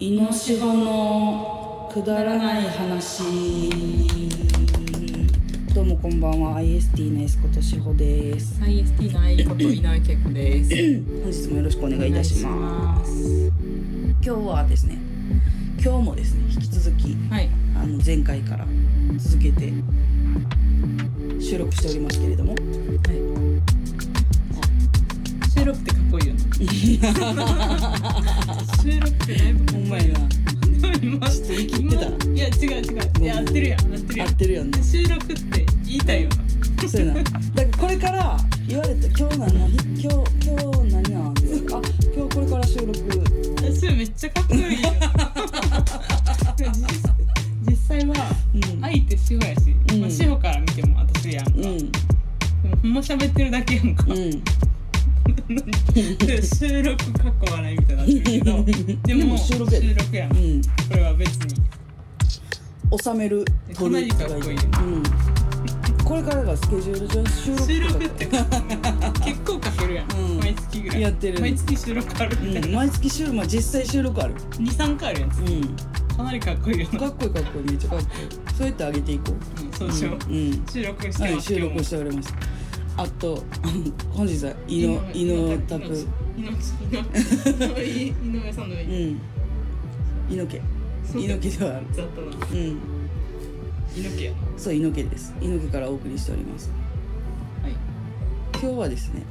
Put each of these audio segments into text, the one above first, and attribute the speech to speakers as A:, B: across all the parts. A: イノシホのくだらない話どうもこんばんは IST のエスコとしほです
B: IST のあいこと井上恵子です。
A: 本日もよろしくお願
B: お
A: いいたします
B: す。
A: 今日はですね今日もですね引き続き
B: はい。
A: あの前回から続けて収録しておりますけれども
B: あ収録ってかっこいいよね。収録ってだいぶかっこいい。今
A: ちょっと言い切ってた
B: 今いや違う違う。いや合ってるやん合ってる
A: 合
B: やん
A: っ。てるよね
B: 収録って言いたいよな。
A: そうやな。だからこれから言われた今日何何今日今日何なんって言われてあ 今日これから収録
B: それめっちゃかっこいいよ。実実際は
A: うん
B: 相手しほやし、
A: うん
B: まあしほから見ても私やんか。
A: う
B: でも
A: ん
B: ほんま喋ってるだけやんか。
A: うん
B: で収録かっこ笑いみたいになってるけどでも
A: でも収録や
B: 収録やん
A: う
B: こ
A: ん
B: れは別に
A: 収める撮る
B: 同じかっこいいね
A: うん、これからがスケジュール上収録
B: 収 録ってかっこいい結構かけるやん、
A: うん
B: 毎月ぐらい
A: やってる
B: 毎月収録あるみたい
A: うん、
B: な、
A: 毎月収録、まあ、実際収録ある、
B: 23回あるやん
A: う
B: かなりかっこいいよ
A: ん、
B: な、
A: かっこいいかっこいいめっちゃかっこいいそうやって上げていこう
B: うんそうしよ
A: う
B: う、
A: んうん
B: 収録して
A: は
B: ま
A: い、
B: す
A: 収
B: 今日も
A: 録しておりますあと あの本日は井の井のタプ
B: 井上井上さんの上
A: う
B: に
A: ん井の家井の家ではある
B: ざっとな
A: うん
B: 井の家やな
A: そう井の家です井の家からお送りしております
B: はい、
A: 今日はですね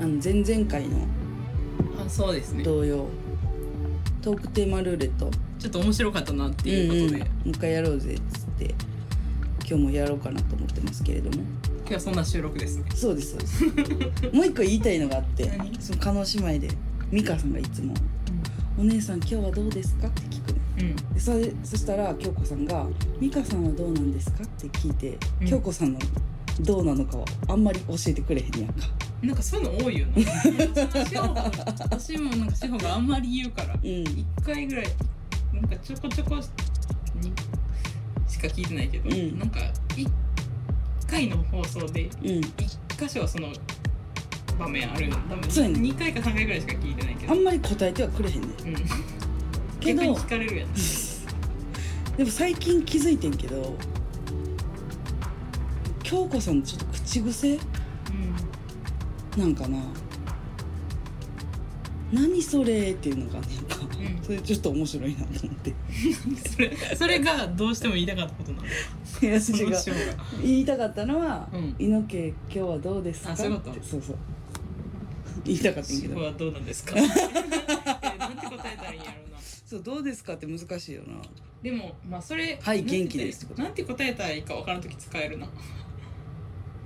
A: あの前々回の
B: あそうですね
A: 同様トークテーマルーレット
B: ちょっと面白かったなっていうことで、
A: んうん、もう一回やろうぜっつって今日もやろうかなと思ってますけれども
B: 今日はそんな収録ですね
A: そうですそうです もう一個言いたいのがあって
B: 何
A: その叶姉妹で美香さんがいつも「お姉さん今日はどうですか?」って聞くの
B: うん
A: でそれそしたら京子さんが「美香さんはどうなんですか?」って聞いて、
B: うん
A: 京子さんのどうなのかはあんまり教えてくれへんやんか
B: なんかそういうの多いよな。私も私もなんか志保があんまり言うから、
A: うん
B: 一回ぐらいなんかちょこちょこにしか聞いてないけど、
A: うん
B: なんか一回の放送で
A: うん
B: 一箇所はその場面あるの。多
A: そうやね
B: 分二回か三回ぐらいしか聞いてないけ
A: あ
B: ど。
A: んまり答えてはくれへんねん
B: うん。
A: け
B: 結
A: ど
B: 構聞かれるやん。
A: でも最近気づいてんけど京子さんのちょっと口癖
B: う
A: なんかな何それっていうのがなんか、
B: うん
A: それちょっと面白いなと思って
B: ん。それそれがどうしても言いたかったことなの。そ
A: 私
B: の
A: が
B: 志保が。
A: 言いたかったのは「
B: うん
A: 猪木今日はどうですか?」
B: あそういうこと
A: ってそうそう言いたかったんやけ
B: 志保
A: ど
B: はどうなん ですか。えなんて答えたらいいんやろうな。
A: そう「どうですか?」って難しいよな
B: でもまあそれ
A: はい
B: なんて
A: 元
B: 言ったら
A: 気ですってこと
B: なんて答えたらいいか分からん時使えるな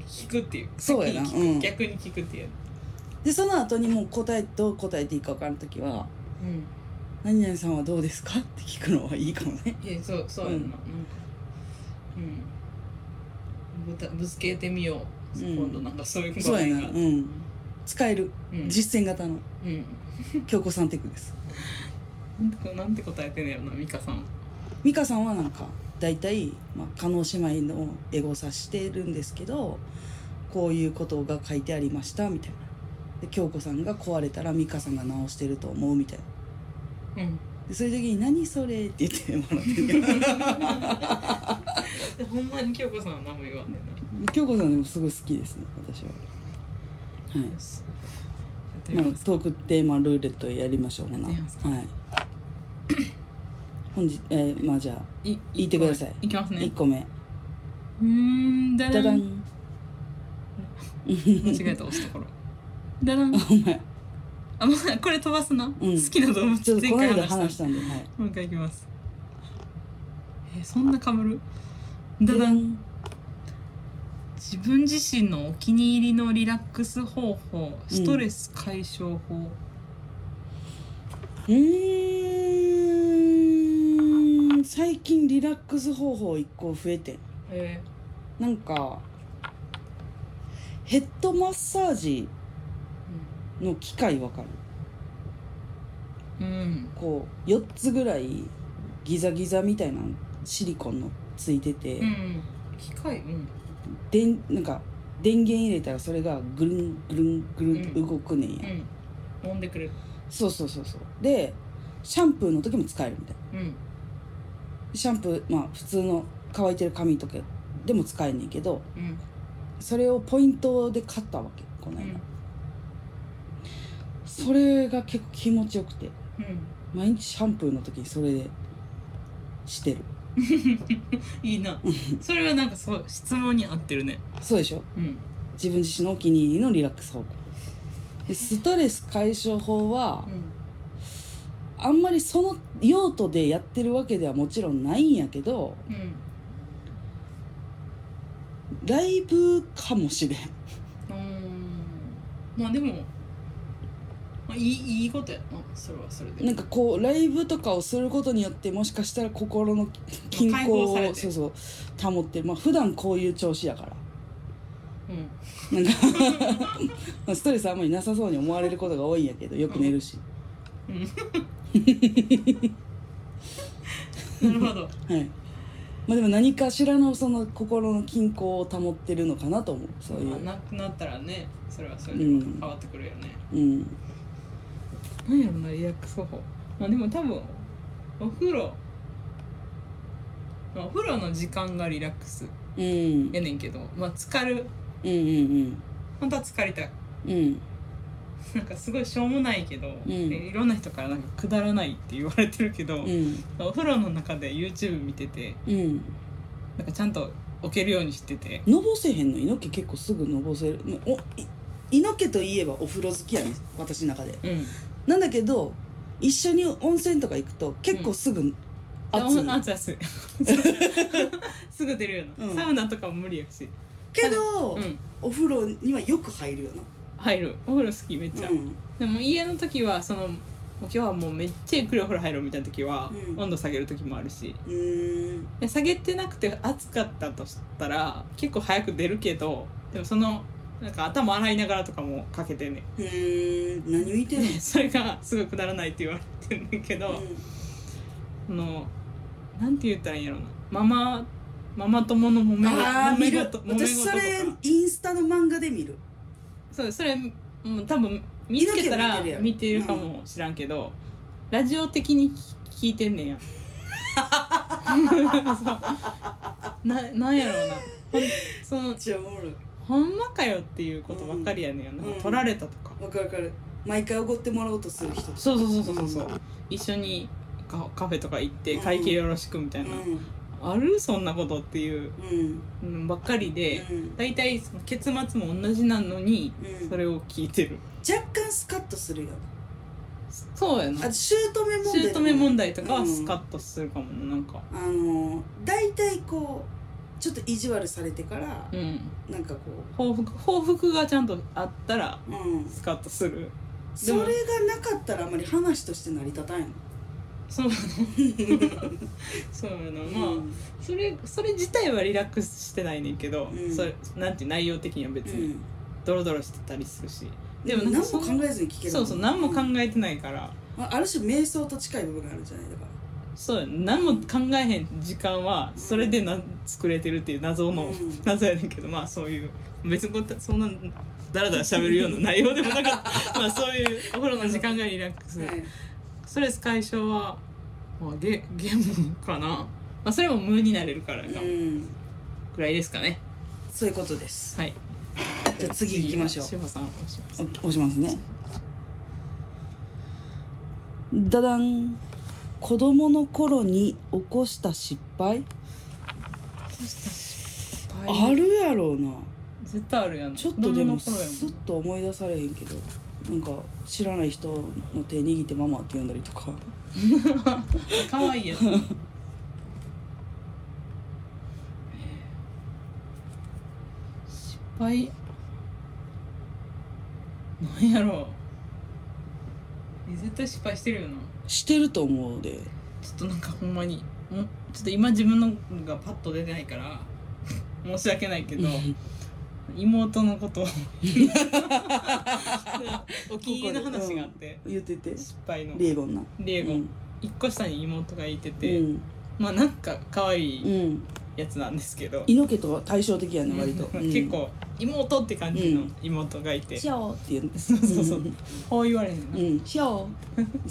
B: 聞くっていう
A: そうやな
B: 先に聞く
A: うん
B: 逆に聞くっていう
A: でその後にもう答えどう答えていいか分からん時は
B: うん
A: 「何々さんはどうですか?」って聞くのはいいかもね
B: いやそうそうやな、
A: うん
B: なんかうんぶたぶつけてみよう、
A: うん
B: 今度なんかそういう
A: そうや
B: 面
A: な
B: が
A: うん使える、
B: うん
A: 実践型の
B: うん
A: 京子さんテクです
B: なんてなんて答えてんねやろな美香さん
A: 美香さんはなんか大体、まあ、加納姉妹のエゴサしてるんですけどこういうことが書いてありましたみたいなで京子さんが壊れたら美香さんが直してると思うみたいな
B: うん
A: でそういう時に「何それ?」って言ってもらってるけど
B: でほんまに京子さんは何も言わんねん な
A: 京子さんでもすごい好きですね私は。はい
B: よしやって
A: まあ
B: みます、
A: トークテーマルーレットやりましょうかな。はい
B: やりますか。
A: 本日、えー、まあじゃあ、
B: い
A: 言ってください
B: いきますね
A: 1個目。
B: うーんだ
A: ダダ
B: らん
A: ン。
B: 間違えた押すところ だ らん
A: お前、
B: あ、まあ、これ飛ばすな、好きな動
A: ちょ
B: 物
A: っと
B: 前
A: この
B: 回
A: 間
B: 話した
A: 話したんで、はい。
B: もう一回いきますえーそんなかぶるだ
A: ダ
B: だ
A: ダ
B: ん
A: ン。
B: 自分自身のお気に入りのリラックス方法ストレス解消法、
A: うーん最近リラックス方法一個増えてん
B: え
A: なんかヘッドマッサージの機械わかる
B: ーうん
A: こう4つぐらいギザギザみたいなシリコンのついてて、
B: うん機械うん
A: でんなんか電源入れたらそれがぐるんぐるんぐるんって動くねんや、
B: うん揉んでくれる
A: そうそうそうそうでシャンプーの時も使えるみたいな
B: うん
A: シャンプーまあ普通の乾いてる髪とかでも使えんねんけど
B: うん
A: それをポイントで買ったわけこの
B: う
A: 間、
B: ん
A: それが結構気持ちよくて
B: うん
A: 毎日シャンプーの時にそれでしてる
B: いいなそれはなんかそう質問に合ってるね
A: そうでしょ
B: うん
A: 自分自身のお気に入りのリラックス方法でストレス解消法は
B: うん
A: あんまりその用途でやってるわけではもちろんないんやけど
B: うん
A: ライブかもしれん
B: うーんまあでも、まあ、いいいいことやなそれはそれで
A: なんかこうライブとかをすることによってもしかしたら心の均
B: 解
A: 衡
B: 放され
A: を
B: て
A: そうそう保ってるまあ普段こういう調子やから
B: うん
A: なんかまあ ストレスあんまりなさそうに思われることが多いんやけどよく寝るし、
B: なるほど
A: はいまあ、でも何かしらのその心の均衡を保ってるのかなと思う そうい
B: まあ
A: う、
B: なくなったらねそれはそれ
A: う
B: で
A: ん
B: 変わってくるよね、
A: うん、
B: なんやろなリラックス方法まあでも多分お風呂まあお風呂の時間がリラックス
A: うんうん
B: やねんけどまあ浸かる
A: うんうん
B: 本当は疲れたい
A: うん
B: なんかすごいしょうもないけど、
A: ん
B: えいろんな人からなんかくだらないって言われてるけど、
A: うん
B: お風呂の中で YouTube 見てて
A: うん
B: なんかちゃんと置けるようにしてて
A: のぼせへんの猪木結構すぐのぼせるまあおい猪木といえばお風呂好きやね私の中で
B: うん
A: なんだけど一緒に温泉とか行くと結構すぐ暑い、
B: あ熱 い熱いすぐ出るような、
A: うん
B: サウナとかも無理やし
A: けど、
B: うん
A: お風呂にはよく入るよな
B: 入るお風呂好きめっちゃ、
A: うん
B: でも家の時はそのもう今日はもうめっちゃゆっくりお風呂入ろうみたいな時は、
A: うん
B: 温度下げる時もあるし
A: うーん
B: で下げてなくて暑かったとしたら結構早く出るけどでもそのなんか頭洗いながらとかもかけてんねん
A: うーん何浮いてんの、
B: で それがすごくくだらないって言われてるんだけ ど、そのなんて言ったらいいんやろうなママママ友の揉
A: うん
B: めご
A: ああ
B: 揉
A: 見
B: め
A: る
B: 事揉め事
A: 私
B: と
A: そ
B: か
A: れインスタの漫画で見る
B: そうそれもう多分見つけた
A: 猪木は
B: ら
A: 見てるやろ
B: 見てるかもしらんけど、ラジオ的に聞いてんね んやそうななんやろうなほんその
A: じゃあおもろい
B: ほんまかよっていうことばっかりやねんよな、
A: うん
B: 取られたとか、
A: わかるわかる毎回おごってもらおうとする人
B: そうそうそうそうそう、
A: う
B: 一緒にカカフェとか行って
A: うん
B: 会計よろしくみた
A: う
B: いな、
A: ん
B: あるそんなことっていう
A: うん
B: うんばっかりで、
A: うん
B: 大体その結末も同じなのに
A: うん
B: それを聞いてる、
A: 若干スカッとするよ
B: そうやな
A: あと姑問題
B: 姑問題とか
A: う
B: は
A: ん
B: スカッとするかもななんか
A: あのー大体こうちょっと意地悪されてから
B: う、ん
A: なんかこ
B: 報復報復がちゃんとあったら
A: う、うん、
B: スカッとする
A: それがなかったらあまり話として成り立たんやん
B: そう なのそうなのまあ、
A: うん
B: それそれ自体はリラックスしてないねんけど、
A: うん
B: それなんていう内容的には別
A: う
B: に
A: ん、
B: ドロドロしてたりするし、
A: で
B: で
A: も
B: もなん
A: 何
B: か
A: も
B: そ
A: 考
B: の
A: えずに聞ける
B: そうそう何も考
A: え、
B: えてないから、
A: うんあある種瞑想と近い部分があるんじゃないだから
B: そうや何も考えへん時間はそれでな作れてるっていう謎の、
A: うん
B: 謎やねんけどまあそういう別にこうそんなダラダラ喋るような内容でもなかった まあそういうお風呂の時間がリラックス、
A: はい
B: ストレス解消は、まあ、ゲゲームかな、まあ、それも無になれるからか
A: うん、
B: ぐらいですかね
A: そういうことです
B: はい
A: じゃあ次行きましょう
B: 志保さんお願いします
A: お押しますねダダン子供の頃に起こした失敗あるやろうな
B: 絶対あるやん
A: ちょっとでも
B: 子
A: ス
B: 供の頃やもん
A: ッと思い出されへんけどなんか知らない人の手握ってママって呼んだりとか
B: 可愛いやつ。失敗。なんやろう。え絶対失敗してるよな。
A: してると思うで
B: ちょっとなんかほんまに、もうちょっと今自分のがパッと出てないから。申し訳ないけど。妹の ことを。お気に入りの話があって。
A: 言ってて
B: 失敗の。
A: レーゴンな
B: レイゴ
A: うん
B: ン。一個下に妹がいて
A: う
B: て。
A: ん
B: まあなんか可愛い。
A: うん
B: やつなんですけど、
A: 猪木とは対照的やね割と、うん
B: 結構妹って感じの
A: うん
B: 妹がいて、
A: シャオって言うんです
B: そうそうそうこう言われる
A: う
B: の、
A: ん、シャオ好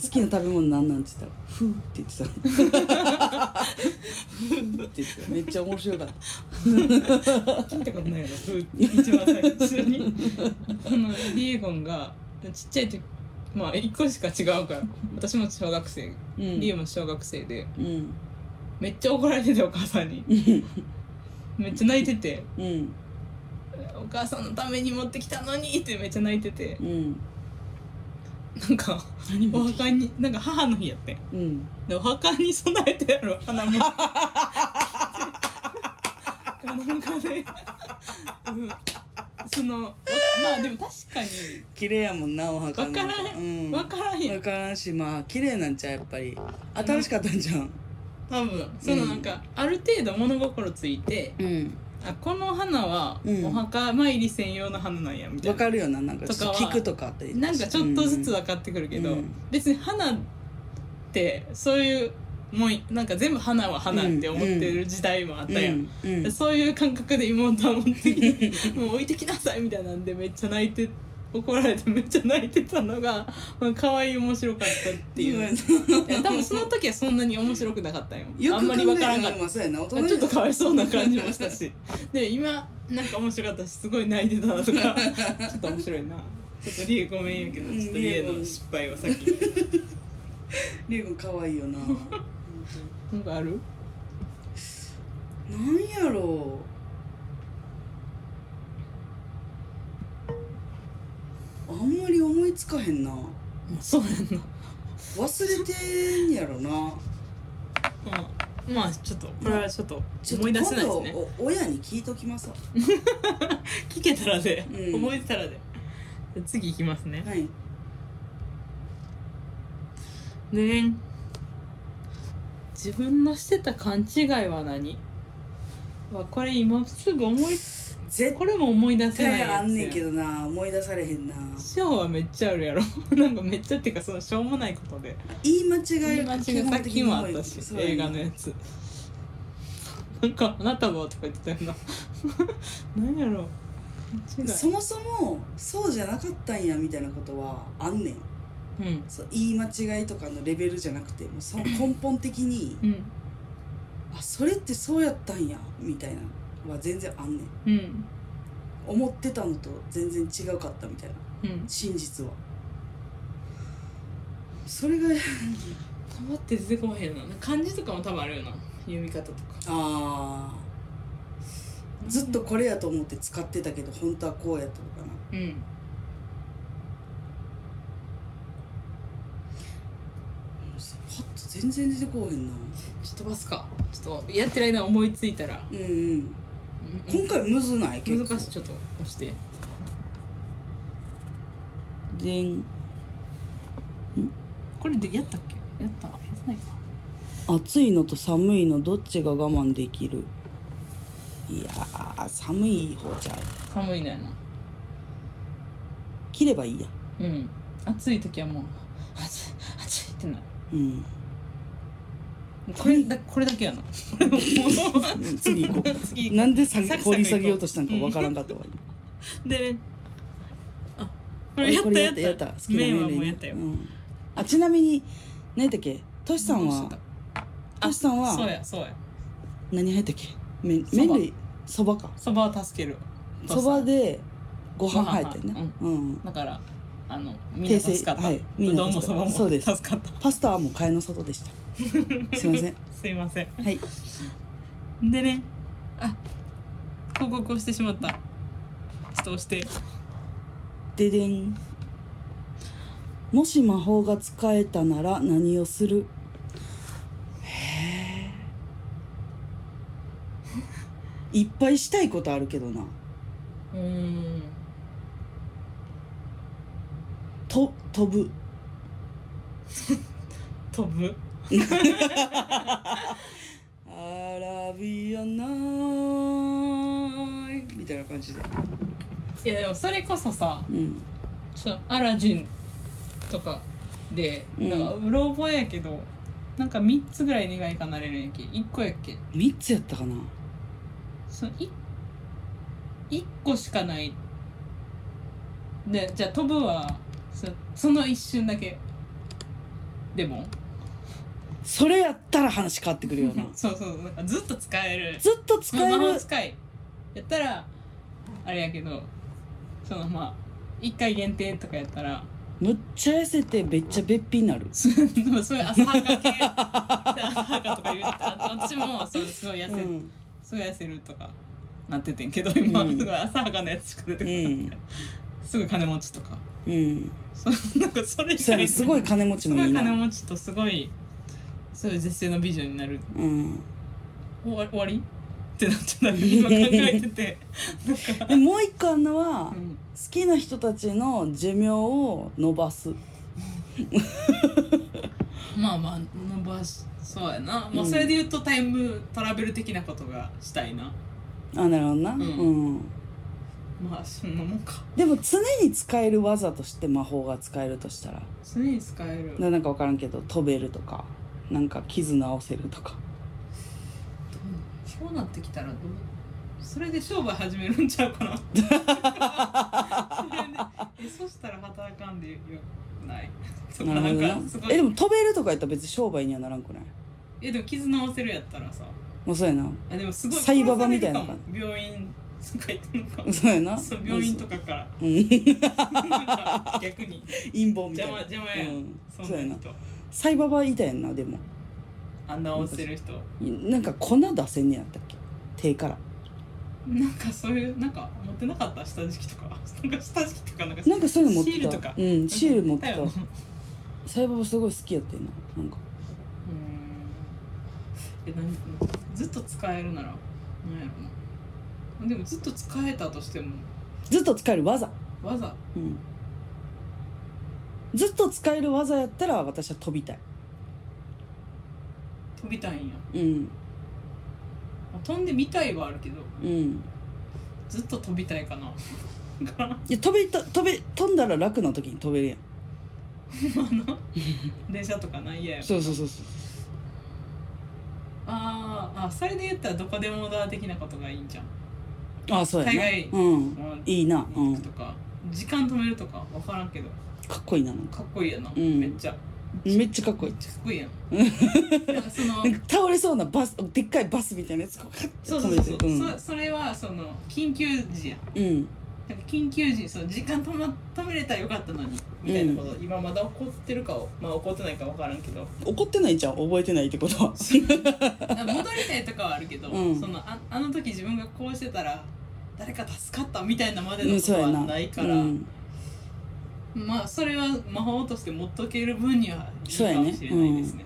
A: きな食べ物なんなんって言ったら「フー」って言ってたフーって言ってためっちゃ面白かった
B: 聞いたことない よなふー一番最初にこのリエゴンがちっちゃい時まあ1個しか違うから私も小学生
A: うん
B: リエも小学生で
A: うん
B: めっちゃ怒られててお母さんに
A: うん
B: めっちゃ泣いてて
A: うん
B: 「お母さんのために持ってきたのに!」ってめっちゃ泣いてて
A: うん
B: なんか
A: 何
B: お
A: も
B: 墓になんか母の日やって
A: うん
B: でお墓に備えてやろ花もなんかね、うん、そのわまあでも確かに
A: 綺麗やもんなお墓
B: わからん
A: うん、
B: 分からへん
A: わからんしまあ綺麗なんちゃうやっぱり新しかったんじゃん
B: 多分そのなんか、ある程度物心ついて
A: うん
B: あこの花は
A: うん
B: お墓参り専用の花なんやみたい
A: わ
B: な、
A: かるよななんか
B: とかは
A: 聞くとかって
B: なんかちょっとずつ分かってくるけど、
A: うん
B: 別に花ってそういうもうなんか全部花は花って思ってる時代もあっ
A: う
B: た
A: ん
B: やん、
A: うんうん
B: そういう感覚で妹は持ってき てもう置いてきなさいみたいなんでめっちゃ泣いて怒られてめっちゃ泣いてたのがまあ可愛い面白かったっていう、いや多分その時はそんなに面白くなかったよ
A: よ
B: あ
A: く
B: ん
A: 考
B: ま
A: え
B: り
A: た
B: 分からんかっ
A: らまあそうやな大人
B: た
A: に
B: ちょっとかわいそうな感じもしたしで今なんか面白かったしすごい泣いてたなとか ちょっと面白いなちょっとリエごめんやけどちょっとリエの失敗はさっき
A: リュウ君可愛いよな本
B: なんかある
A: 当なんやろうあんまり思いつかへんな
B: そうやん
A: 忘れてんや ろな
B: な、うんまあちょっとこれはちょっと思い出せ
A: ち
B: ないです
A: ょっと今
B: ね
A: 度お親に聞いときますわ
B: 聞けたらで、
A: うん
B: 覚えてたらでじゃあ次いきますね
A: はい
B: ね自分のしてた勘違いは何わこれ今すぐ思い
A: 絶
B: これも思い出せな
A: 対
B: いやつや
A: あんねんけどな思い出されへんな
B: ショーはめっちゃあるやろ なんかめっちゃっていうかそのしょうもないことで
A: 言い間違い
B: 間違いさっきもあったし
A: そうやな
B: 映画のやつなんか「あなたは」とか言ってた よななんやろ勘違い
A: そもそもそうじゃなかったんやみたいなことはあんねん
B: うん
A: そう言い間違いとかのレベルじゃなくてもうその根本的に
B: うん
A: あそれってそうやったんやみたいなのは全然あんねん
B: うん
A: 思ってたのと全然違うかったみたいな
B: うん
A: 真実はそれが
B: 待って出てこへんな漢字とかも多分あるよな読み方とか
A: あーずっとこれやと思って使ってたけど本当はこうやったのかな
B: うん
A: パッと全然出てこうへんな
B: ちょっと飛ばすかちょっとやってる間思いついたら、
A: うんうん
B: うん
A: 今回むずない結構
B: 難しいちょっと押して
A: でん
B: これでやったっけやったやってないか
A: 暑いのと寒いのどっちが我慢できるいやー寒い方ちゃう
B: 寒いのやな
A: 切ればいいや
B: うん暑い時はもう暑い暑いってなる
A: うん
B: これだこれだけやな
A: 次行こ
B: 次
A: うなんでさ
B: サクサク行こう
A: 掘り下げようとしたのかわからんかったわ今
B: であこれやった
A: これ
B: やった
A: やった好きな
B: 麺
A: 麺
B: は
A: 類
B: もう
A: ね
B: やったよ、
A: うんあちなみに何やったっけトシさんは
B: あ
A: トシさん
B: そう
A: は
B: やそうや
A: 何入ったっけ麺
B: そば
A: 麺類そばか
B: そばは助ける
A: そばでご飯入ったよ
B: ご飯入
A: ねうん
B: だからあのみんな助かった、
A: 訂正はいうみんな
B: どんも
A: 助
B: そ
A: かった
B: ばも
A: そう
B: 助
A: です
B: かった
A: パスタはもう替えの外でしたすいません
B: すいません
A: はい
B: でねあ広告をしてしまったちょっと押して
A: ででんもし魔法が使えたなら何をするへえいっぱいしたいことあるけどな
B: うーん
A: と飛ぶ
B: 飛ぶ
A: アラビアナイみたいな感じで
B: いやでもそれこそさ
A: うん
B: そのアラジンとかで
A: うん
B: なんかうろ覚えやけど、なんか3つぐらい願い叶えれるんやっけ1個やっけ
A: 3つやったかな
B: そのい一個しかないでじゃあ飛ぶはそその一瞬だけでも
A: それやったら話変わってくるよな
B: そうそうなんかずっと使える
A: ずっと使え
B: まあ魔法
A: る
B: 使いやったらあれやけどそのまあ一回限定とかやったら
A: むっちゃ痩せてめっちゃべっぴになる
B: そうそういう浅はか系浅はかとか言った私もそうすごい痩せ、
A: うん
B: すごい痩せるとかなっててんけど今、
A: うん
B: すごい浅はかなやつしか出て
A: う
B: こない、
A: ん
B: すごい金持ちとか
A: うん
B: そなんかそれ以
A: そうや
B: 外
A: なすごい金持ち
B: す
A: の
B: ご
A: み
B: い
A: んな
B: 金持ちとすごいそういう絶世の美女になる
A: うん
B: 終わ終わりってなっちゃった今考えててなんか、
A: でもう一個あんのは、好
B: うん
A: きな人たちの寿命を伸ばす
B: まあまあ伸ばしそうやな、まあ、それで言うとタイムトラベル的なことがしたいな
A: あなるほどなうんん、
B: まあそんなもんか
A: でも常に使える技として魔法が使えるとしたら
B: 常に使える
A: ななんか分からんけど飛べるとかなんか傷直せるとか
B: そうなってきたらどうそれで商売始めるんちゃうかなそれでえそしたら働かんでよくないとか
A: なる
B: な
A: ほ
B: ん
A: どな
B: かすご
A: えで
B: い
A: も飛べるとかやったら別に商売にはならんくない
B: えでも傷直せるやったらさ
A: もうそうやな
B: あでもすごい
A: サイババみたいな
B: 殺されるかも病院とか行くのかも
A: そうやな
B: そう病院と かから
A: うん
B: なんか逆に
A: 陰謀みた
B: 邪
A: い
B: 魔
A: な
B: 邪魔やん、
A: うん
B: そんな人
A: サイババいたやんなでも
B: あ直せる人
A: なんか粉出せんねやったっけ手から
B: なんかそういうなんか持ってなかった下敷きとかなんか下敷きとかなんか
A: なんかそういうの持ってた
B: シールとか
A: うんシール持って
B: だよな
A: たサイババすごい好きやってんななんか
B: え何ずっと使えるなら何やろなでもずっと使えたとしても
A: ずっと使える技
B: 技
A: うんずっと使える技やったら私は飛びたい
B: 飛びたいんや
A: うん
B: まあ飛んでみたいはあるけど
A: うん
B: ずっと飛びたいかな ま
A: いや飛べた飛べ飛んだら楽な時に飛べるやん
B: あな電車とかないや
A: そうそうそうそう
B: あーあそれで言ったらどこでもオーダー的なことがいいんじゃん
A: あそうやな
B: 海外
A: うん
B: もう
A: いいな、う
B: 行
A: ん、
B: く
A: か
B: とか、時間止めるとか分からんけど
A: っこいいななんか
B: かっこいいやな、
A: うん
B: めっちゃ
A: めっちゃかっこいい
B: めっちゃかっこいいや んなんかそ
A: な
B: の
A: んか倒れそうなバスでっかいバスみたいなやつこうカッて
B: そう
A: 止
B: そう
A: め
B: そう
A: て
B: そそれはその緊急時やん
A: うんうん
B: なんか緊急時その時間止,、ま、止めれたらよかったのにみたいなこと、今まだ怒ってるかをまあ怒ってないか分からん けど
A: 怒ってないじゃん覚えてないってことは
B: なんか戻りたいとかはあるけど、
A: うん
B: そのああの時自分がこうしてたら誰か助かったみたいなまで
A: う
B: の
A: ん
B: こと
A: そうや
B: は
A: な
B: ないから、
A: うん、
B: まあそれは魔法として持っとける分にはいい
A: そう
B: か
A: やね
B: もしれないですね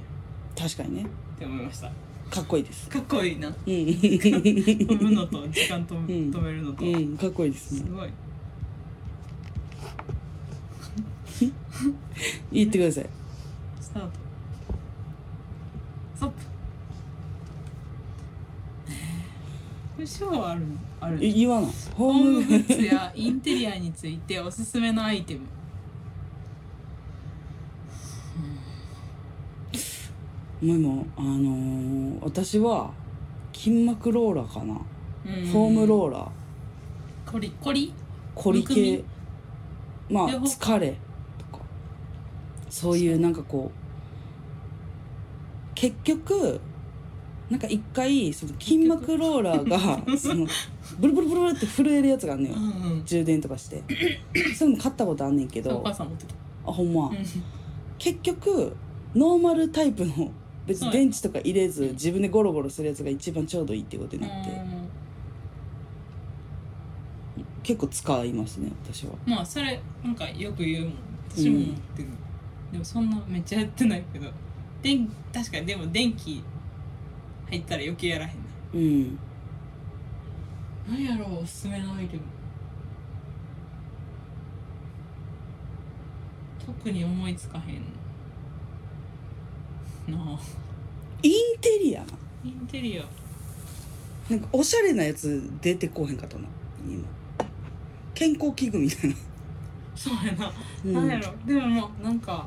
A: 確かにね
B: って思いました
A: かっこいいです
B: かっこいいな
A: うん
B: 飛 ぶのと時間止め,、
A: うん
B: 止めるのと、
A: うんかっこいいです
B: す
A: ね
B: ごい
A: 言ってください
B: スタートストップえーショーはあるのある
A: い言わない
B: ホ
A: ホ
B: ー
A: ー
B: ム
A: ム
B: グッズやインテリアについておすすめのアイテム
A: もう今あのー私は筋膜ローラーかなフォーム
B: ー
A: ローラー
B: コリコリ
A: コリ
B: む
A: 系まあ
B: 両方
A: 疲れとかそういうなんかこう結局なんか一回その筋膜ローラーがそのブルブルブルブルって震えるやつがあんのよ
B: うんうん
A: 充電とかしてそれも買ったことあんねんけ
B: お
A: ど
B: 母
A: あ
B: さん持ってきた
A: ほんま
B: うん
A: 結局ノーマルタイプの別
B: そう
A: に
B: やな
A: 電池とか入れず自分でゴロゴロするやつが一番ちょうどいいってことになって
B: うん
A: 結構使いますね私は
B: まあそれなんかよく言うもん私も持ってる、でもそんなめっちゃやってないけど電確かにでも電気入ったら余計やらへんな
A: うん
B: 何やろうおすすめのアイテム特に思いつかへんなあ
A: インテリアな
B: インテリア
A: なんかおしゃれなやつ出てこうへんかったな今健康器具みたいな、
B: そうやな、
A: うん
B: なん、やろでもまあなんか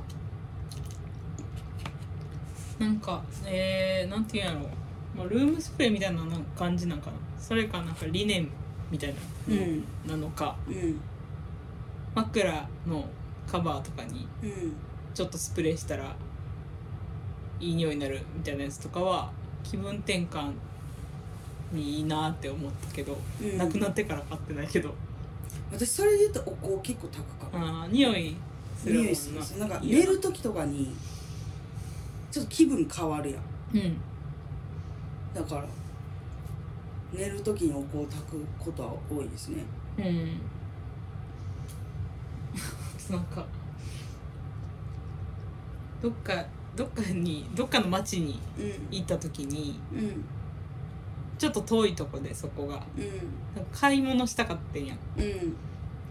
B: なんかえー、なんていうんやろうまあ、ルームスプレーみたいななんか感じなんかなそれかなんか理念みたいなの
A: ん
B: なのか、
A: うん
B: 枕のカバーとかに
A: うん
B: ちょっとスプレーしたらいい匂いになるみたいなやつとかは気分転換にいいなって思ったけど、
A: うん
B: なくなってから買ってないけど
A: 私それで言うとお香結構高かった
B: あー匂いするもん
A: 匂
B: ない
A: するしなんか寝る時とかにちょっと気分変わるやん
B: うん
A: だから寝る時にお香を炊くことは多いですね
B: うん なんかどっかどっかにどっかの町に
A: うん
B: 行った時に
A: うん
B: ちょっと遠いとこでそこがなんか買い物したかってんやん
A: うんうん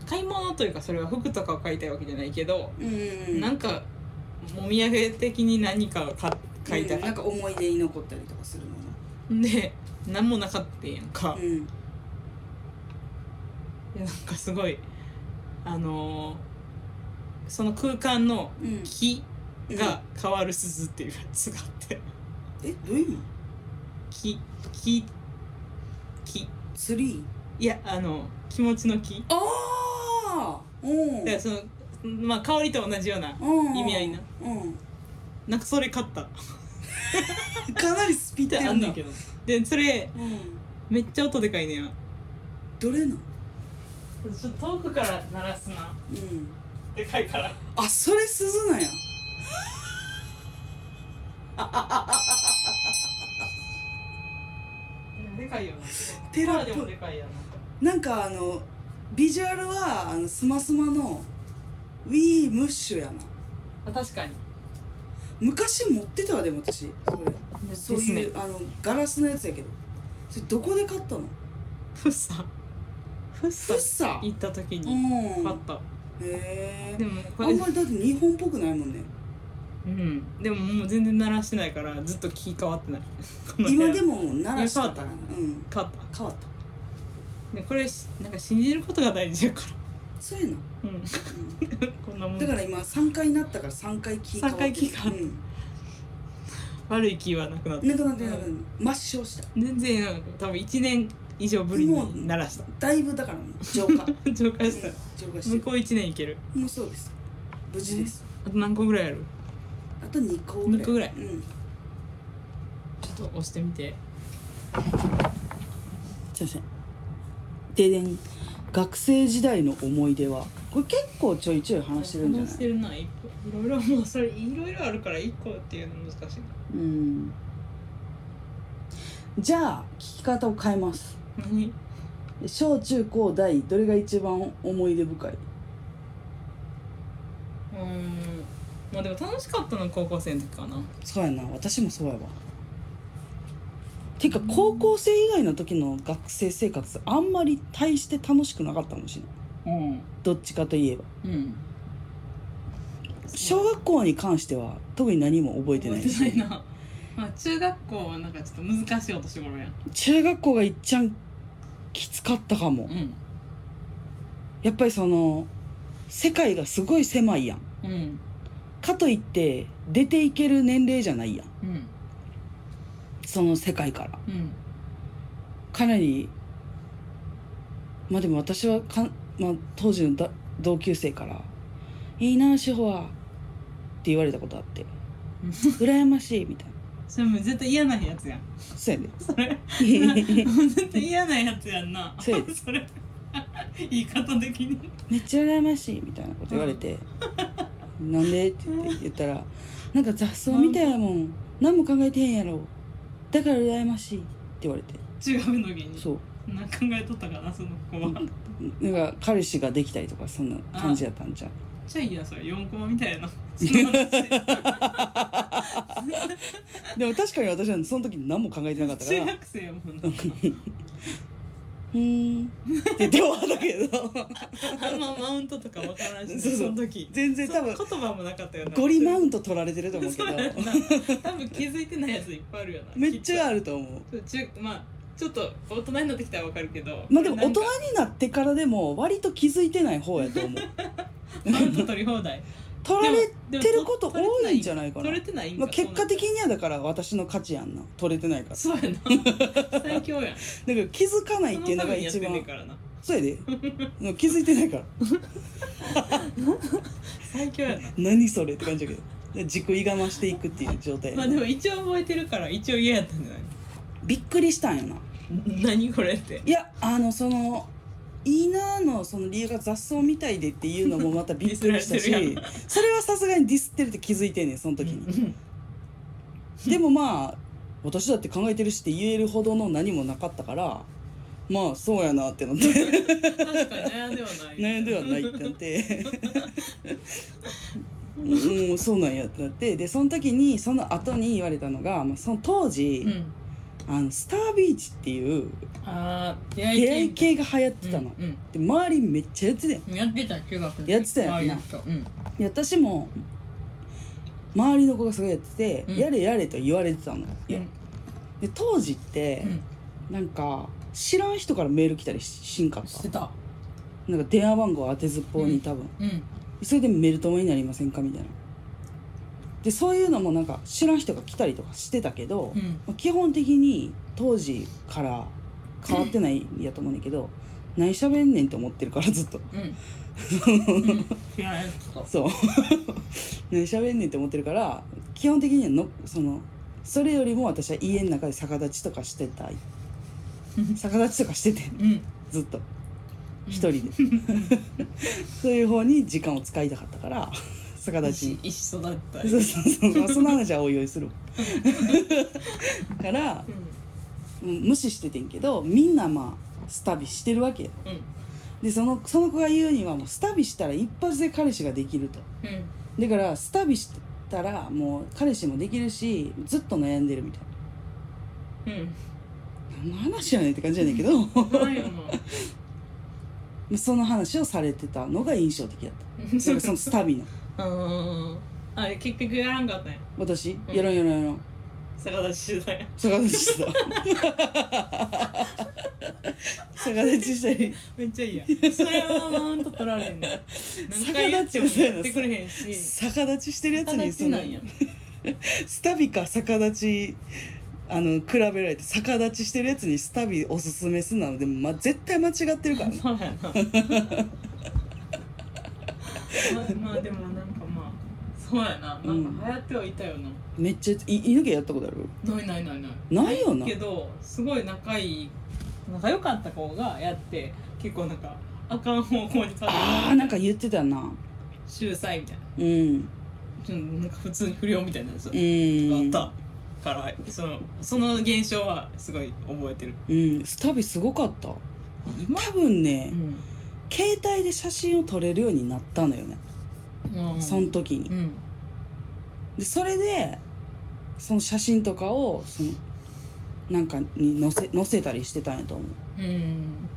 B: 買い物というかそれは服とかを買いたいわけじゃないけど、
A: うん
B: なんかお土産的に何かを買買いた
A: うんないん、か思い出に残ったりとかするも
B: で何もなかったんやんか
A: の、うん
B: でなんかすごいあのーその空間の
A: うん
B: 木
A: うん
B: が変わる鈴っていうやつがあって
A: えどういう意味
B: 木木木
A: スリー
B: いやあの気持ちの木
A: ああうん
B: だからそのまあ香りと同じような
A: うん
B: 意味合いな
A: う
B: なんかそれ買ったっ
A: んかなりスピって
B: て
A: る
B: あんねんけどでそれ
A: どうん
B: めっちゃ音でかいねん
A: どれなん
B: ちょっと遠くから鳴らすな
A: うん
B: でかいから
A: あそれ鈴なんや
B: でかいよな
A: テラップ
B: でもでかいやな
A: なんかあのビジュアルはあのスマスマのウィームッシュやな
B: あ確かに
A: 昔持ってたわでも私それそう
B: で
A: い
B: す
A: う、あのガラスのやつやけどそれどこで買ったの
B: フッサフッ
A: フ
B: サ
A: ッサ
B: 行った時
A: う
B: に
A: ん
B: 買った
A: へえ
B: でもこ
A: あ
B: れ
A: んまりだって日本っぽくないもんね
B: うんでももう全然鳴らしてないからずっと気変わってないこの部屋
A: 今でも鳴らしたからうん
B: 買った
A: 変わった
B: でこれしなんか信じることが大事やか
A: そういうの、
B: らうん
A: う
B: こんなも
A: ん、
B: ん
A: だから今3回なったから3回聞いた
B: 三回聞いた
A: うん
B: 悪い気はなくなった
A: なくなってなくなって抹消した
B: 全然なんか多分1年以上ぶりに鳴らした
A: だいぶだからもう浄 化
B: 浄化
A: うん
B: した
A: 浄化して
B: 向
A: る
B: こう1年いける
A: もうそうです無事です
B: あと何個ぐらいある
A: あと2個ぐらい
B: 二個ぐらい
A: うん
B: ちょっと押してみて
A: すいませんででん学生時代の思い出はこれ結構ちょいちょい話してるんじゃ
B: 話し
A: な
B: て
A: い
B: るないろいろもうそれいろいろあるから1個っていうの難しいな
A: うんじゃあ聞き方を変えます
B: 何
A: 小中高大どれが一番思い出深い
B: うんまあでも楽しかったのは高校生の時かな
A: そうやな私もそうやわてか高校生以外の時の学生生活あんまり大して楽しくなかったかもしれない
B: うん
A: どっちかといえば
B: うん
A: 小学校に関しては特に何も覚えてないし
B: 覚えてないな、まあ、中学校はなんかちょっと難しいお年頃やん
A: 中学校がいっちゃんきつかったかも
B: うん
A: やっぱりその世界がすごい狭いやん
B: うん
A: かといって出ていける年齢じゃないやん
B: うん
A: その世界から
B: うん
A: かなりまあでも私はかん、まあ、当時のだ同級生から「いいな志保は」って言われたことあ って
B: う
A: 「
B: ん
A: 羨ましい」みたいな
B: それもう絶対嫌なやつやん
A: そうやね
B: そ れ
A: め
B: もう絶対嫌なやつやんな
A: そうや
B: それ言い方的に
A: っちゃ羨ましいみたいなこと言われ て「なんで?」って言って言ったら「なんか雑草みたいやもん何も考えてへんやろだから羨ましい」って言われて
B: 中学の時に
A: そう
B: なんか考えとったかなその子はめっ
A: なんか彼氏ができたりとかそんな感じやったんじゃん
B: ちゃいいやそれ4コマみた いなその話
A: でも確かに私はその時何も考えてなかった から
B: 中学生やも んな
A: うーんって言って終わったけど
B: あんまマウントとかわからんし、
A: そうそう
B: その時
A: 全然多分
B: その言葉もなかったよな
A: ゴリマウント取られてると思うけ
B: そ
A: ど
B: うやな多分気づいてないやついっぱいあるよな
A: めっちゃあ
B: る
A: ると思う
B: 中まあちょっと大人になってきたらわかるけど
A: まあでも大人
B: なんか
A: になってからでも割と気づいてない方やと思う
B: マウント取り放題
A: 取られてること多いんじゃ
B: ゃ
A: ないかな
B: 取れてないんか
A: まあ、結果的にはだから私の価値やんな取れてないから
B: そうやな最強やんそ
A: だから気づかないっ
B: の
A: ていうの
B: た
A: が
B: めにやっ
A: 一
B: てんねん
A: 番
B: からな
A: そうやでうん気づいてないから
B: 最強やな
A: 何それって感じだけどで軸いがましていくっていう状態、
B: まあでも一応覚えてるから一応嫌やったんじゃない
A: びっくりしたんよなん
B: 何これって
A: いやあのそのいいなーのその理由が雑草みたいでっていうのもまたびっくりしたし
B: ディスられてるや
A: それはさすがにディスってるって気づいてんねんその時に、でもまあ私だって考えてるしって言えるほどの何もなかったからまあそうやなってなって
B: 確かに悩んではない
A: 悩んではないってなって うんそうなんやってなってでその時にその後に言われたのが、まあ、その当時、
B: うん
A: あのスタービーチっていう
B: あー出会い
A: 出会い系が流行って
B: み
A: た
B: たい
A: の
B: な、うん
A: で周りめっちゃやってたよ
B: うんやってた中学の時
A: やってたよな
B: 周りの人うん
A: で私も周りの子がすごいやってて、
B: うん
A: やれやれと言われてたの、いや
B: うん
A: で当時って、
B: うん
A: なんか知らん人からメール来たりししんかっ
B: して
A: た
B: た
A: なんか電話番号当てずっぽう
B: うん
A: に多分、
B: うん
A: それでメール友になりませんかみたいなでそういうのもなんか知らん人が来たりとかしてたけど、
B: うん
A: まあ基本的に当時から変わってないんやと思うねんだけど、何喋んねんって思ってるからずっと
B: うんうん知らないやつと
A: そう 何喋んねんって思ってるから基本的にはのそのそれよりも私は家の中で逆立ちとかしてたい
B: うん
A: 逆立ちとかしてて
B: うん
A: ずっと一人でそういう方に時間を使いたかったから逆立ちに。
B: 一緒だった
A: そうそうそうまあその話はおいおいするわからうん無視しててんけどみんなまあスタビしてるわけよ
B: うんうん
A: でそのその子が言うにはもうスタビしたら一発で彼氏ができると
B: うん
A: だからスタビしたらもう彼氏もできるしずっと悩んでるみたいな何
B: うん
A: の話やねんって感じやねんけど
B: ないよな
A: その話をされてたのが印象的だっただからそのスタビの
B: うんあれ結局やらんかったんや
A: 私
B: うん
A: やろんやろんやろん
B: 逆立ちしてたんや
A: 逆立ちした逆立ちしたり
B: めっちゃいいやんそれはマウント取られんね何回やってもやってくれへんし
A: 逆立ちしてるやつ
B: 逆
A: に
B: 立
A: そ
B: ち
A: の
B: なんや
A: スタビか逆立ちあの比べられて逆立ちしてるやつにスタビおすすめすんなのでも、ま、絶対間違ってるからね
B: そうや なままあでもなんかまあそうやななんか流行ってはいたよな、
A: めっちゃい犬毛やったことある
B: ないないないない
A: ないよな
B: けどすごい仲いい仲良かった子がやって結構なんかあかん方向にさ
A: あーなんか言ってたな
B: 秀才みたいな
A: うん
B: ちょっとなんか普通に不良みたいなやつ
A: う
B: があ
A: ん
B: ったからそのその現象はすごい覚えてる
A: うんスタビすごかった
B: 今
A: 多分ね、
B: ん、
A: 携帯で写真を撮れるようになったのよね、
B: うん、
A: その時に
B: うん
A: でそれでその写真とかをそのなんかに載せ載せたりしてたんやと思う
B: うん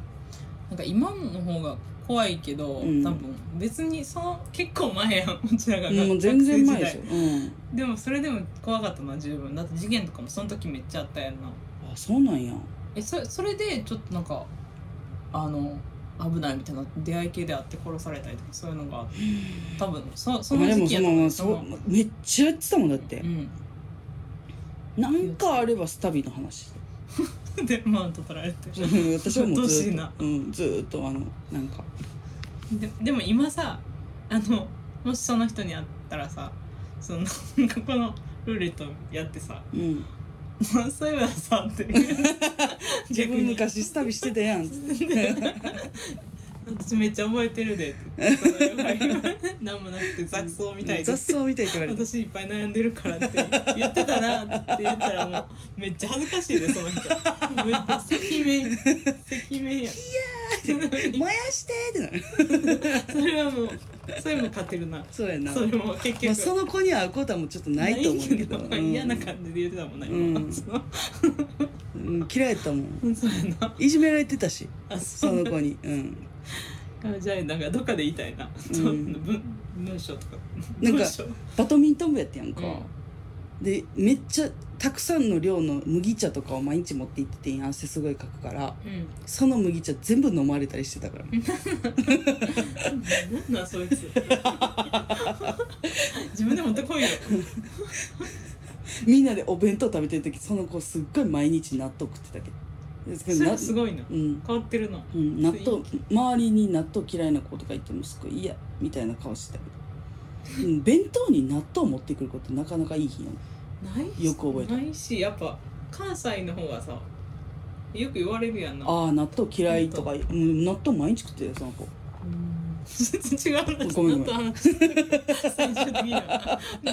B: なんか今の方が怖いけど、
A: うん
B: 多分別にその結構前やんうちらが
A: もう全然前でしょ
B: 学生時、
A: うん、
B: 代でもそれでも怖かったな十分だって事件とかもその時めっちゃあったやんな
A: あそうなんや
B: えそそれでちょっとなんかあの危ないみたいな出会い系であって殺されたりとかそういうのがあって多分そそ
A: ま
B: の
A: あで
B: 時
A: も
B: 期
A: そ
B: や
A: の
B: と思う
A: そうめっちゃやってたもんだって
B: う、ん
A: なんかあればスタビの話
B: でマウント取られて
A: 私はもうず
B: うっとうしい
A: っ
B: な
A: と、うん、ずーっとあのなんか
B: ででも今さあのもしその人に会ったらさそのなんかこのルーレットやってさ
A: うん
B: 「まあそういえばさ」って
A: 自分昔スタビしてたやん
B: 私めっちゃ覚えてるで」ってそのやばい何もなくて雑草みたいで
A: 雑草みたいって言われて
B: 私いっぱい悩んでるからって言ってたなって言ったらもうめっちゃ恥ずかしいでその人めっちゃ赤面赤面や
A: 「燃やして!」ってなる
B: それはもうそれも勝てるな
A: そうやな
B: それも結局、
A: まあ、その子には会うことはもうちょっとないと思うけど
B: ないけど嫌な感じで言ってたもんね、今
A: うん
B: その
A: うんうん、嫌いやったもん
B: うんそうやない
A: じめられてたし
B: あそ
A: そうの子に、うん、
B: あじゃあなんかどっかで言いたいな、
A: ん
B: その文文章とか
A: なんか
B: 文章
A: バドミントン部やったやんか、
B: うん
A: でめっちゃたくさんの量の麦茶とかを毎日持って行っててんやん汗すごいかくから
B: うん
A: その麦茶全部飲まれたりしてたから
B: なんなんそいつ自分で持ってこいよ
A: みんなでお弁当食べてる時その子すっごい毎日納豆食ってたけどです
B: そ
A: け
B: れ
A: ど
B: も
A: な
B: すごいな
A: うん
B: 変わってるな
A: うん、納豆周りに納豆嫌いな子とかいてもすごい嫌みたいな顔してたけど、うん、弁当に納豆持ってくる子ってなかなかいい日やん
B: ないし
A: よく覚えた
B: ないしやっぱ関西の方がさよく言われるやんな
A: ああ納豆嫌いとか、うん、納豆毎日食ってたよその子
B: 全然違う話
A: ごめんごめん
B: ちょっと話してた最終的には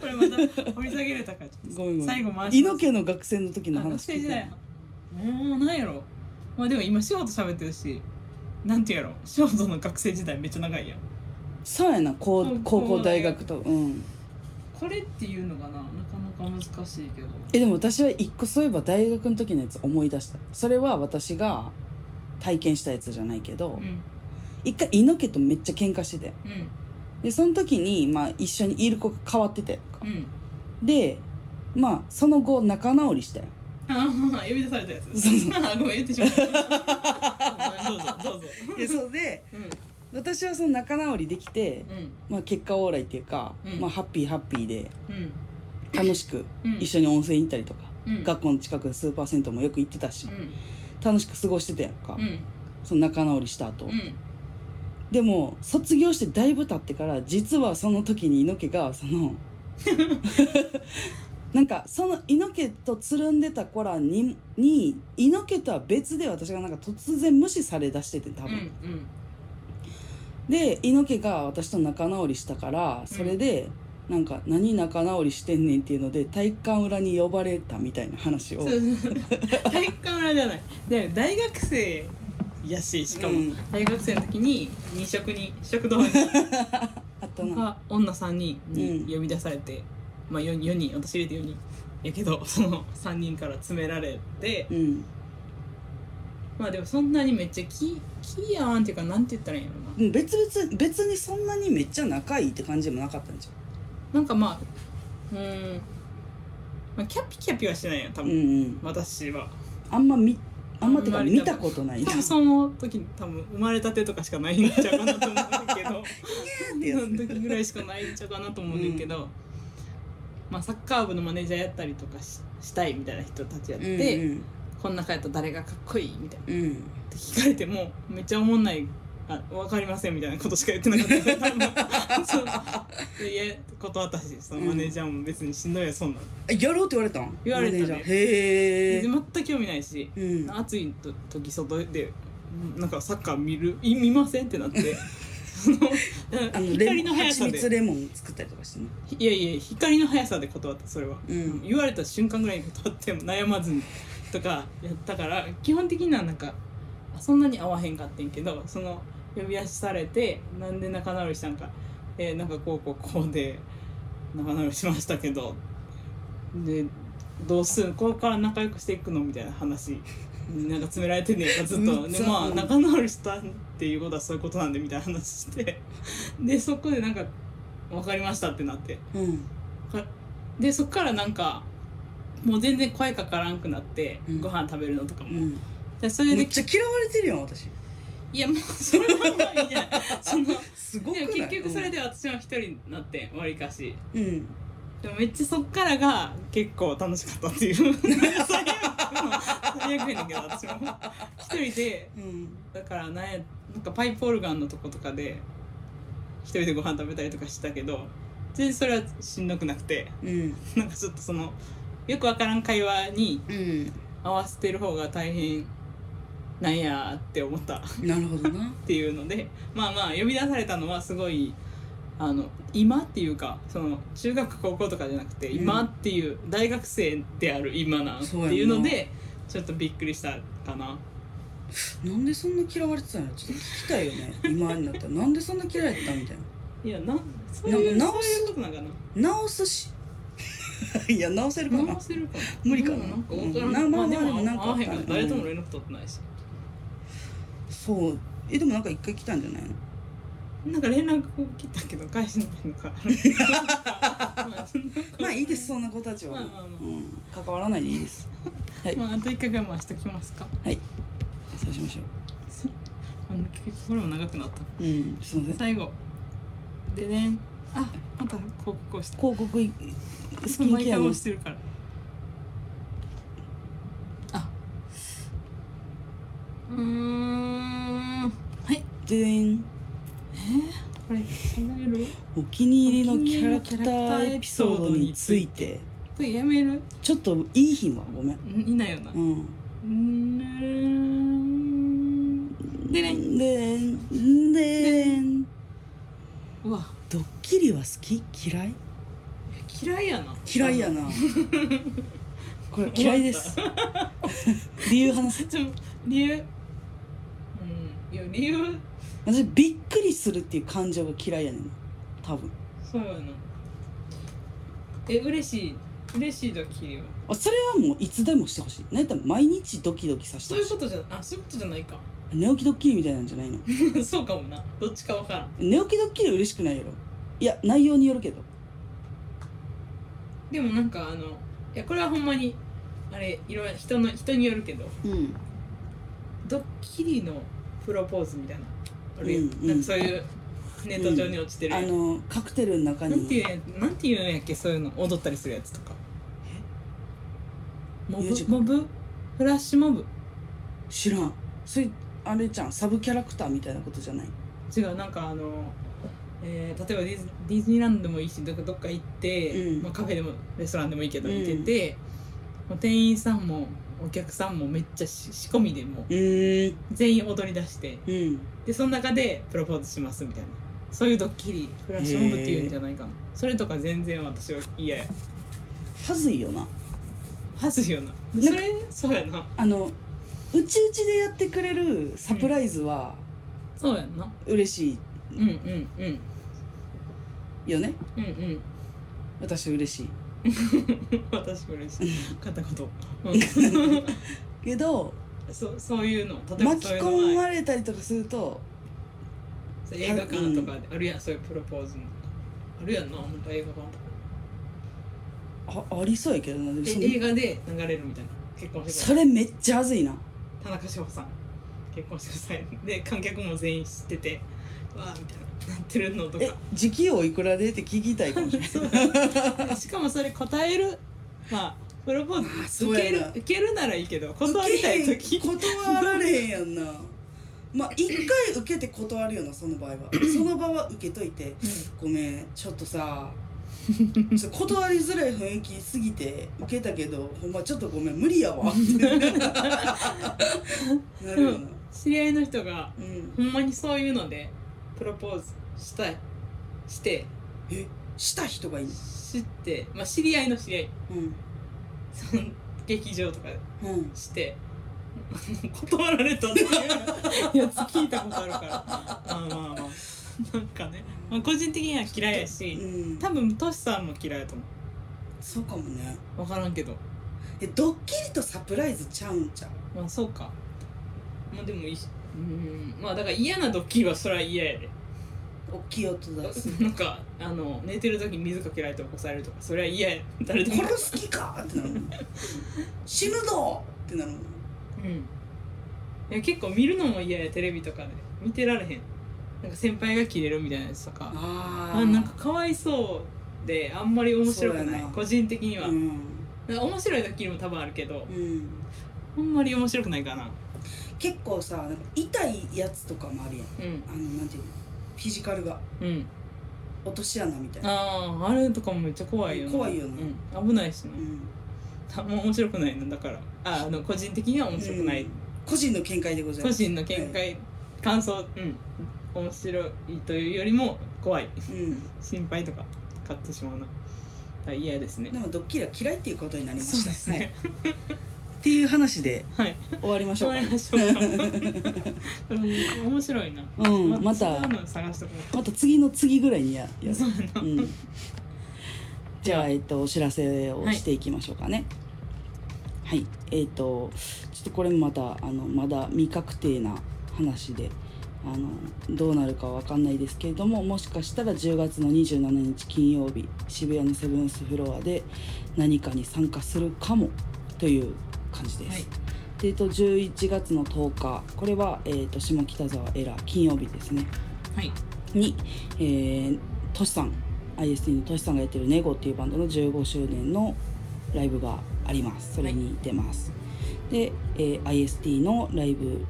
B: これまた掘り下げれたからちょっ
A: ごめんご
B: と
A: め
B: 最
A: ん
B: 後回します
A: 猪木の学生の時の
B: あ学
A: 話
B: 生
A: 聞い
B: 時
A: た
B: 代もうなんやろまあでも今ショート喋ってるしなんてやろショートの学生時代めっちゃ長いやん
A: そうやな高
B: うん
A: 高
B: 高
A: 校
B: 校
A: 大
B: 大
A: 学
B: 学
A: とうん
B: これっていうのがななかなか難しいけど
A: えでも私は一個そういえば大学の時のやつ思い出したそれは私が体験したやつじゃないけど、
B: うん
A: 一回猪木とめっちゃ喧嘩してて
B: うん
A: でその時に、まあ、一緒にいる子が変わってて
B: うん
A: でまあその後仲直りしたよ
B: ああ呼び出されたやつ
A: そう
B: あごめん言ってしまったどうぞどうぞ
A: でそうで
B: うん
A: 私はその仲直りできて、
B: うん
A: まあ、結果オーライっていうか、
B: うん
A: まあ、ハッピーハッピーで
B: うん
A: 楽しく
B: うん
A: 一緒に温泉行ったりとか、
B: うん
A: 学校の近くのスーパー銭湯もよく行ってたし、
B: うん
A: 楽しく過ごしてたやんか、
B: うん
A: その仲直りした後、
B: うん
A: でも卒業してだいぶ経ってから実はその時に猪木がそのなんかその猪木とつるんでた子らにに猪木とは別で私がなんか突然無視されだしてて多
B: う
A: 分、
B: ん
A: で猪木が私と仲直りしたからそれで、なんか何仲直りしてんねんっていうので体育館裏に呼ばれたみたいな話を
B: そうそうそう体育館裏じゃないで大学生やししかも、
A: うん
B: 大学生の時に二食に食堂に
A: あとな
B: が女3人に
A: うん
B: 呼び出されて、まあ 4, 4人私入れて4人やけど その3人から詰められて、
A: うん
B: まあでもそんなにめっちゃキキやんっていうかなんて言ったらいいんやろ
A: うん別々別にそんなにめっちゃ仲いいって感じでもなかったんじ
B: ななんかまあうーん、まあ、キャピキャピはしてないやん多
A: ゃんう
B: 分、
A: んうん
B: 私は
A: あんまみあんまてか
B: あんまり
A: 見たことない
B: 多分
A: う
B: その時多分生まれたてとかしかないんちゃうかなと思うけ ど
A: ってや
B: その
A: つ
B: 時ぐらいしかないんちゃうかなと思うねんけど、まあ、サッカー部のマネージャーやったりとかししたいみたいな人たちやっ
A: う
B: て、
A: ん
B: こんなやったら誰がかっこいいみたいなっ
A: うんうん
B: て聞かれてもめっちゃおもんないあわかりませんみたいなことしか言ってなかった そういや断ったしそのマネージャーも別にしんどいよそんなん、
A: えやろうって言われたん
B: 言われたね
A: マネージャーへえ
B: 全く興味ないし
A: うん
B: 暑いと時外でなんかサッカー見るい見ませんってなって その
A: あのレ
B: 光
A: モ
B: の
A: ン
B: 速
A: 蜂
B: さ
A: 蜜
B: で
A: レモン作ったりとかしてね
B: いやいや光の速さで断ったそれは、
A: うん
B: 言われた瞬間ぐらいに断っても悩まずにとかやったから基本的にはなんかそんなに合わへんかってんけどその呼び出しされてなんで仲直りしたんか、えーなんかこうこうこうで仲直りしましたけどでどうするこれから仲良くしていくのみたいな話なんか詰められてんねんかずっと
A: うん
B: で
A: そう
B: まあ仲直りしたっていうことはそういうことなんでみたいな話してでそこでなんか分かりましたってなって
A: うん
B: かでそっからなんかもう全然声かからんくなって、
A: うん
B: ご飯食べるのとかも、
A: うん
B: でそれ
A: め
B: で
A: っちゃ嫌われてるやん私
B: いやもうそれはまあいいじゃないその
A: す ごく
B: で
A: ない
B: も結局それで私は一人になってわりかし
A: うん
B: でもめっちゃそっからが結構楽しかった っていう最悪最悪やねんけど私も一人で
A: うん
B: だからなんやなんかパイプオルガンのとことかで一人でご飯食べたりとかしたけど全然それはしんどくなくて
A: うん
B: なんかちょっとそのよくわからん会話に
A: うん
B: 合わせてる方が大変なんやって思ったっ
A: なるほどな
B: ていうのでまあまあ呼び出されたのはすごいあの今っていうかその中学高校とかじゃなくて
A: うん
B: 今っていう大学生である今なんっていうの
A: そう
B: でちょっとびっくりしたかな。
A: なんでそんな嫌われてたのちょっと聞きたいよね今になったらなんでそんな嫌われてたみたい
B: いやなそういう
A: な
B: そ
A: んか直
B: う
A: す
B: いうことなんか
A: な直すし いや直せるか
B: な
A: な
B: 直せるかな
A: 無理かな
B: なんかわから
A: うんん
B: まあで
A: まあまあ
B: も
A: なんか
B: 合
A: あっ
B: わ
A: た
B: へ
A: ね
B: んから誰とも連絡取ってないし
A: そうえでもなんか一回来たんじゃないの
B: なんか連絡を切ったけど返しないのか
A: まあいいですそんな子たちは、
B: まあまあまあ
A: うん、関わらないでいいです
B: まあ、あと一回ぐらい回しときますか。
A: そうしましょ
B: あの、結局これも長くなった。
A: ううんすいません
B: 最後。でね。あまた広告をした
A: 広告いスキンケア
B: 毎回
A: の
B: 押してるからあうーんはい
A: でーん
B: これ考える
A: お気に入りのキャラクターエピソードについて
B: これやめる
A: ちょっといい日はごめん
B: んいないよな
A: うん
B: うーんでね
A: でーんでーん
B: うわ
A: ドッキリは好き嫌い
B: 嫌いやな
A: 嫌いやな これ嫌いです理由話す
B: ちょ理由うんいや理由
A: 私びっくりするっていう感情が嫌いやねん多分
B: そうやなえ嬉しい嬉しいドッキリは
A: あそれはもういつでもしてほしい何やったら毎日ドキドキさせて
B: そう
A: ほ
B: い
A: しい
B: うことじゃあそういうことじゃないか
A: 寝起きドッキリみたいなんじゃないの
B: そうかもなどっちかわからん
A: 寝起きドッキリは嬉しくないやろいや内容によるけど
B: でもなんかあのいやこれはほんまにあれいろいろ人の人によるけど
A: うん
B: ドッキリのプロポーズみたいなあるやん
A: うんうん
B: なんかそういうネット上に落ちてる
A: あ
B: やん、
A: のカクテルの中
B: なんてい
A: に
B: うやなんていうんやっけそういうの踊ったりするやつとかモブ
A: YouTube
B: モブフラッシュモブ
A: 知らんそれあれじゃんサブキャラクターみたいなことじゃない
B: 違うなんかあの、えー例えばディズディズニーランドでもいいしどっかどっか行って、
A: うん
B: まあ、カフェでもレストランでもいいけど
A: うん
B: 行ってて、もう店員さんもお客さんもめっちゃし仕込みでもう
A: うーん
B: 全員踊り出して
A: うん
B: でその中でプロポーズしますみたいなそういうドッキリフラッシュモブっていうんじゃないかな、それとか全然私は嫌や
A: はずいよな
B: はずいよな
A: なんか
B: それそうやな
A: あのうちうちでやってくれるサプライズは
B: そうやんな
A: 嬉し
B: うんうんうん
A: いよね、
B: うんうん
A: 私嬉しい
B: 私これ片言、 うん、
A: けど
B: そうそういうの例えば
A: 巻き
B: そういうの
A: 込まれたりとかすると
B: そう映画館とかであるやんそういうプロポーズのあるやんななんか映画館とか
A: あありそうやけどなでもその
B: え映画で流れるみたいな結婚してく
A: そ
B: だ
A: れめっちゃはずいな
B: さい田中志保さん結婚してくださいで観客も全員知っててわあみたいななってるのとか
A: え時期をいくらでって聞きたいかもしれない
B: そうしかもそれ答えるまあプロポー
A: あそ
B: ズ
A: う
B: 受け
A: や
B: る
A: な
B: 受けるならいいけど 断りたい時
A: 受けへん 断られへんやんなまあ一回受けて断るよなその場 合はその場は受けといてごめんちょっとさちょっと断りづらい雰囲気すぎて受けたけどほんまちょっとごめん無理やわ なるよな
B: 知り合いの人が
A: うん
B: ほんまにそういうのでプロポーズしたいして
A: えした人がいいの
B: 知ってまあ知り合いの知り合い
A: うん
B: その劇場とかで
A: うん
B: して 断られたっていうやつ聞いたことあるからまあまあまあなんかね、まあ、個人的には嫌いやし
A: うん
B: 多分トシさんも嫌いやと思
A: そうかもね
B: う分からんけど
A: えドッキリとサプライズちゃうんちゃう
B: まあそうかまあでもいいしうんまあだから嫌なドッキリはそれは嫌やで
A: 大きい音出す
B: なんかあの寝てる時に水かけられて起こされるとかそれは嫌や誰でも
A: 殺す気かってなるもん死ぬぞってなるもん
B: うんいや結構見るのも嫌やテレビとかで見てられへんなんか先輩がキレるみたいなやつとか
A: あ
B: あなんかかわいそうであんまり面白く
A: そう
B: な
A: や
B: い
A: な
B: 個人的には、
A: うん、
B: なんか面白いドッキリも多分あるけど
A: うん、
B: あんまり面白くないかな
A: 結構さなんか痛いやつとかもあるやん
B: うん
A: あのなんていうのフィジカルが
B: うん
A: 落とし穴みたいな、
B: あああれとかもめっちゃ怖いよな
A: 怖いよな
B: うん、危ないしな、
A: うん、
B: あんま面白くないのだからああの個人的には面白くない、
A: うん個人の見解でござい
B: 個
A: ます
B: 人の見解、感想うん面白いというよりも怖い
A: うん、
B: 心配とか買ってしまうなだから嫌ですね
A: でもドッキリは嫌いっていうことになりました
B: そうですね
A: はい、っていう話で
B: はい
A: 終わりまし
B: 終
A: ょう
B: わ
A: か
B: りましょうか うん面白いな
A: うんまた
B: 違うの探しとこう
A: また次 の次ぐらいにややる
B: そうやな
A: うん、じゃあ、えっと、お知らせをしていきましょうかね。はい、えっ、と、ちょっとこれもまた、あの、まだ未確定な話で。あのどうなるかわかんないですけれどももしかしたら10月の27日金曜日渋谷のセブンスフロアで何かに参加するかもという感じです。
B: はい
A: でえっと11月の10日これは、えっと下北沢エラー金曜日ですね
B: はい
A: に、えー、トシさん IST のトシさんがやってるネゴっていうバンドの15周年のライブがありますそれに出ます、で、えー IST のライブ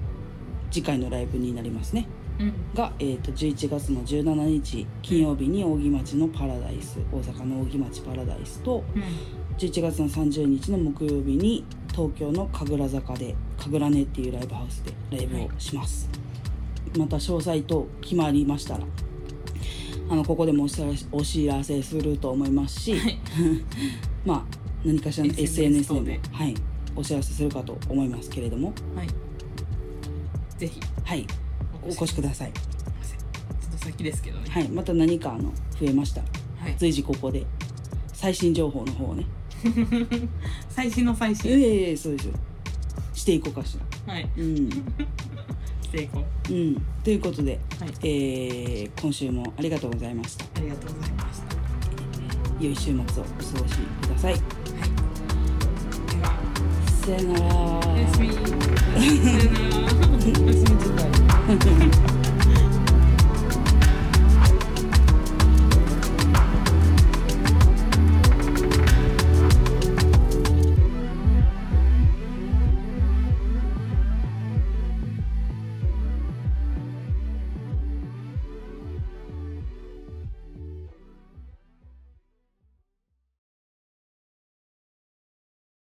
A: 次回のライブになりますね
B: うん
A: が、えー、と11月の17日金曜日に扇町のパラダイス大阪の扇町パラダイスと11月の30日の木曜日に東京の神楽坂で神楽根っていうライブハウスでライブをします、また詳細と決まりましたらあのここでもお知らせお知らせすると思いますし、
B: はい
A: まあ何かしらの
B: SNS
A: SNS でも
B: 等で
A: はい、お知らせするかと思いますけれども
B: はいぜひ
A: はいお越しください、
B: ちょっと先ですけどね
A: はい、また何かあの増えましたら
B: はい
A: 随時ここで最新情報の方をね
B: 最新の最
A: ええ
B: 新
A: ええそうですよしていこうかしら
B: はい
A: うん
B: 成功
A: うん、ということで、
B: はい
A: えー今週もありがとうございました。
B: ありがとうございました
A: 良い週末をお過ごしください。
B: では
A: さよなら。
B: おやすみさよならおやすみちょっと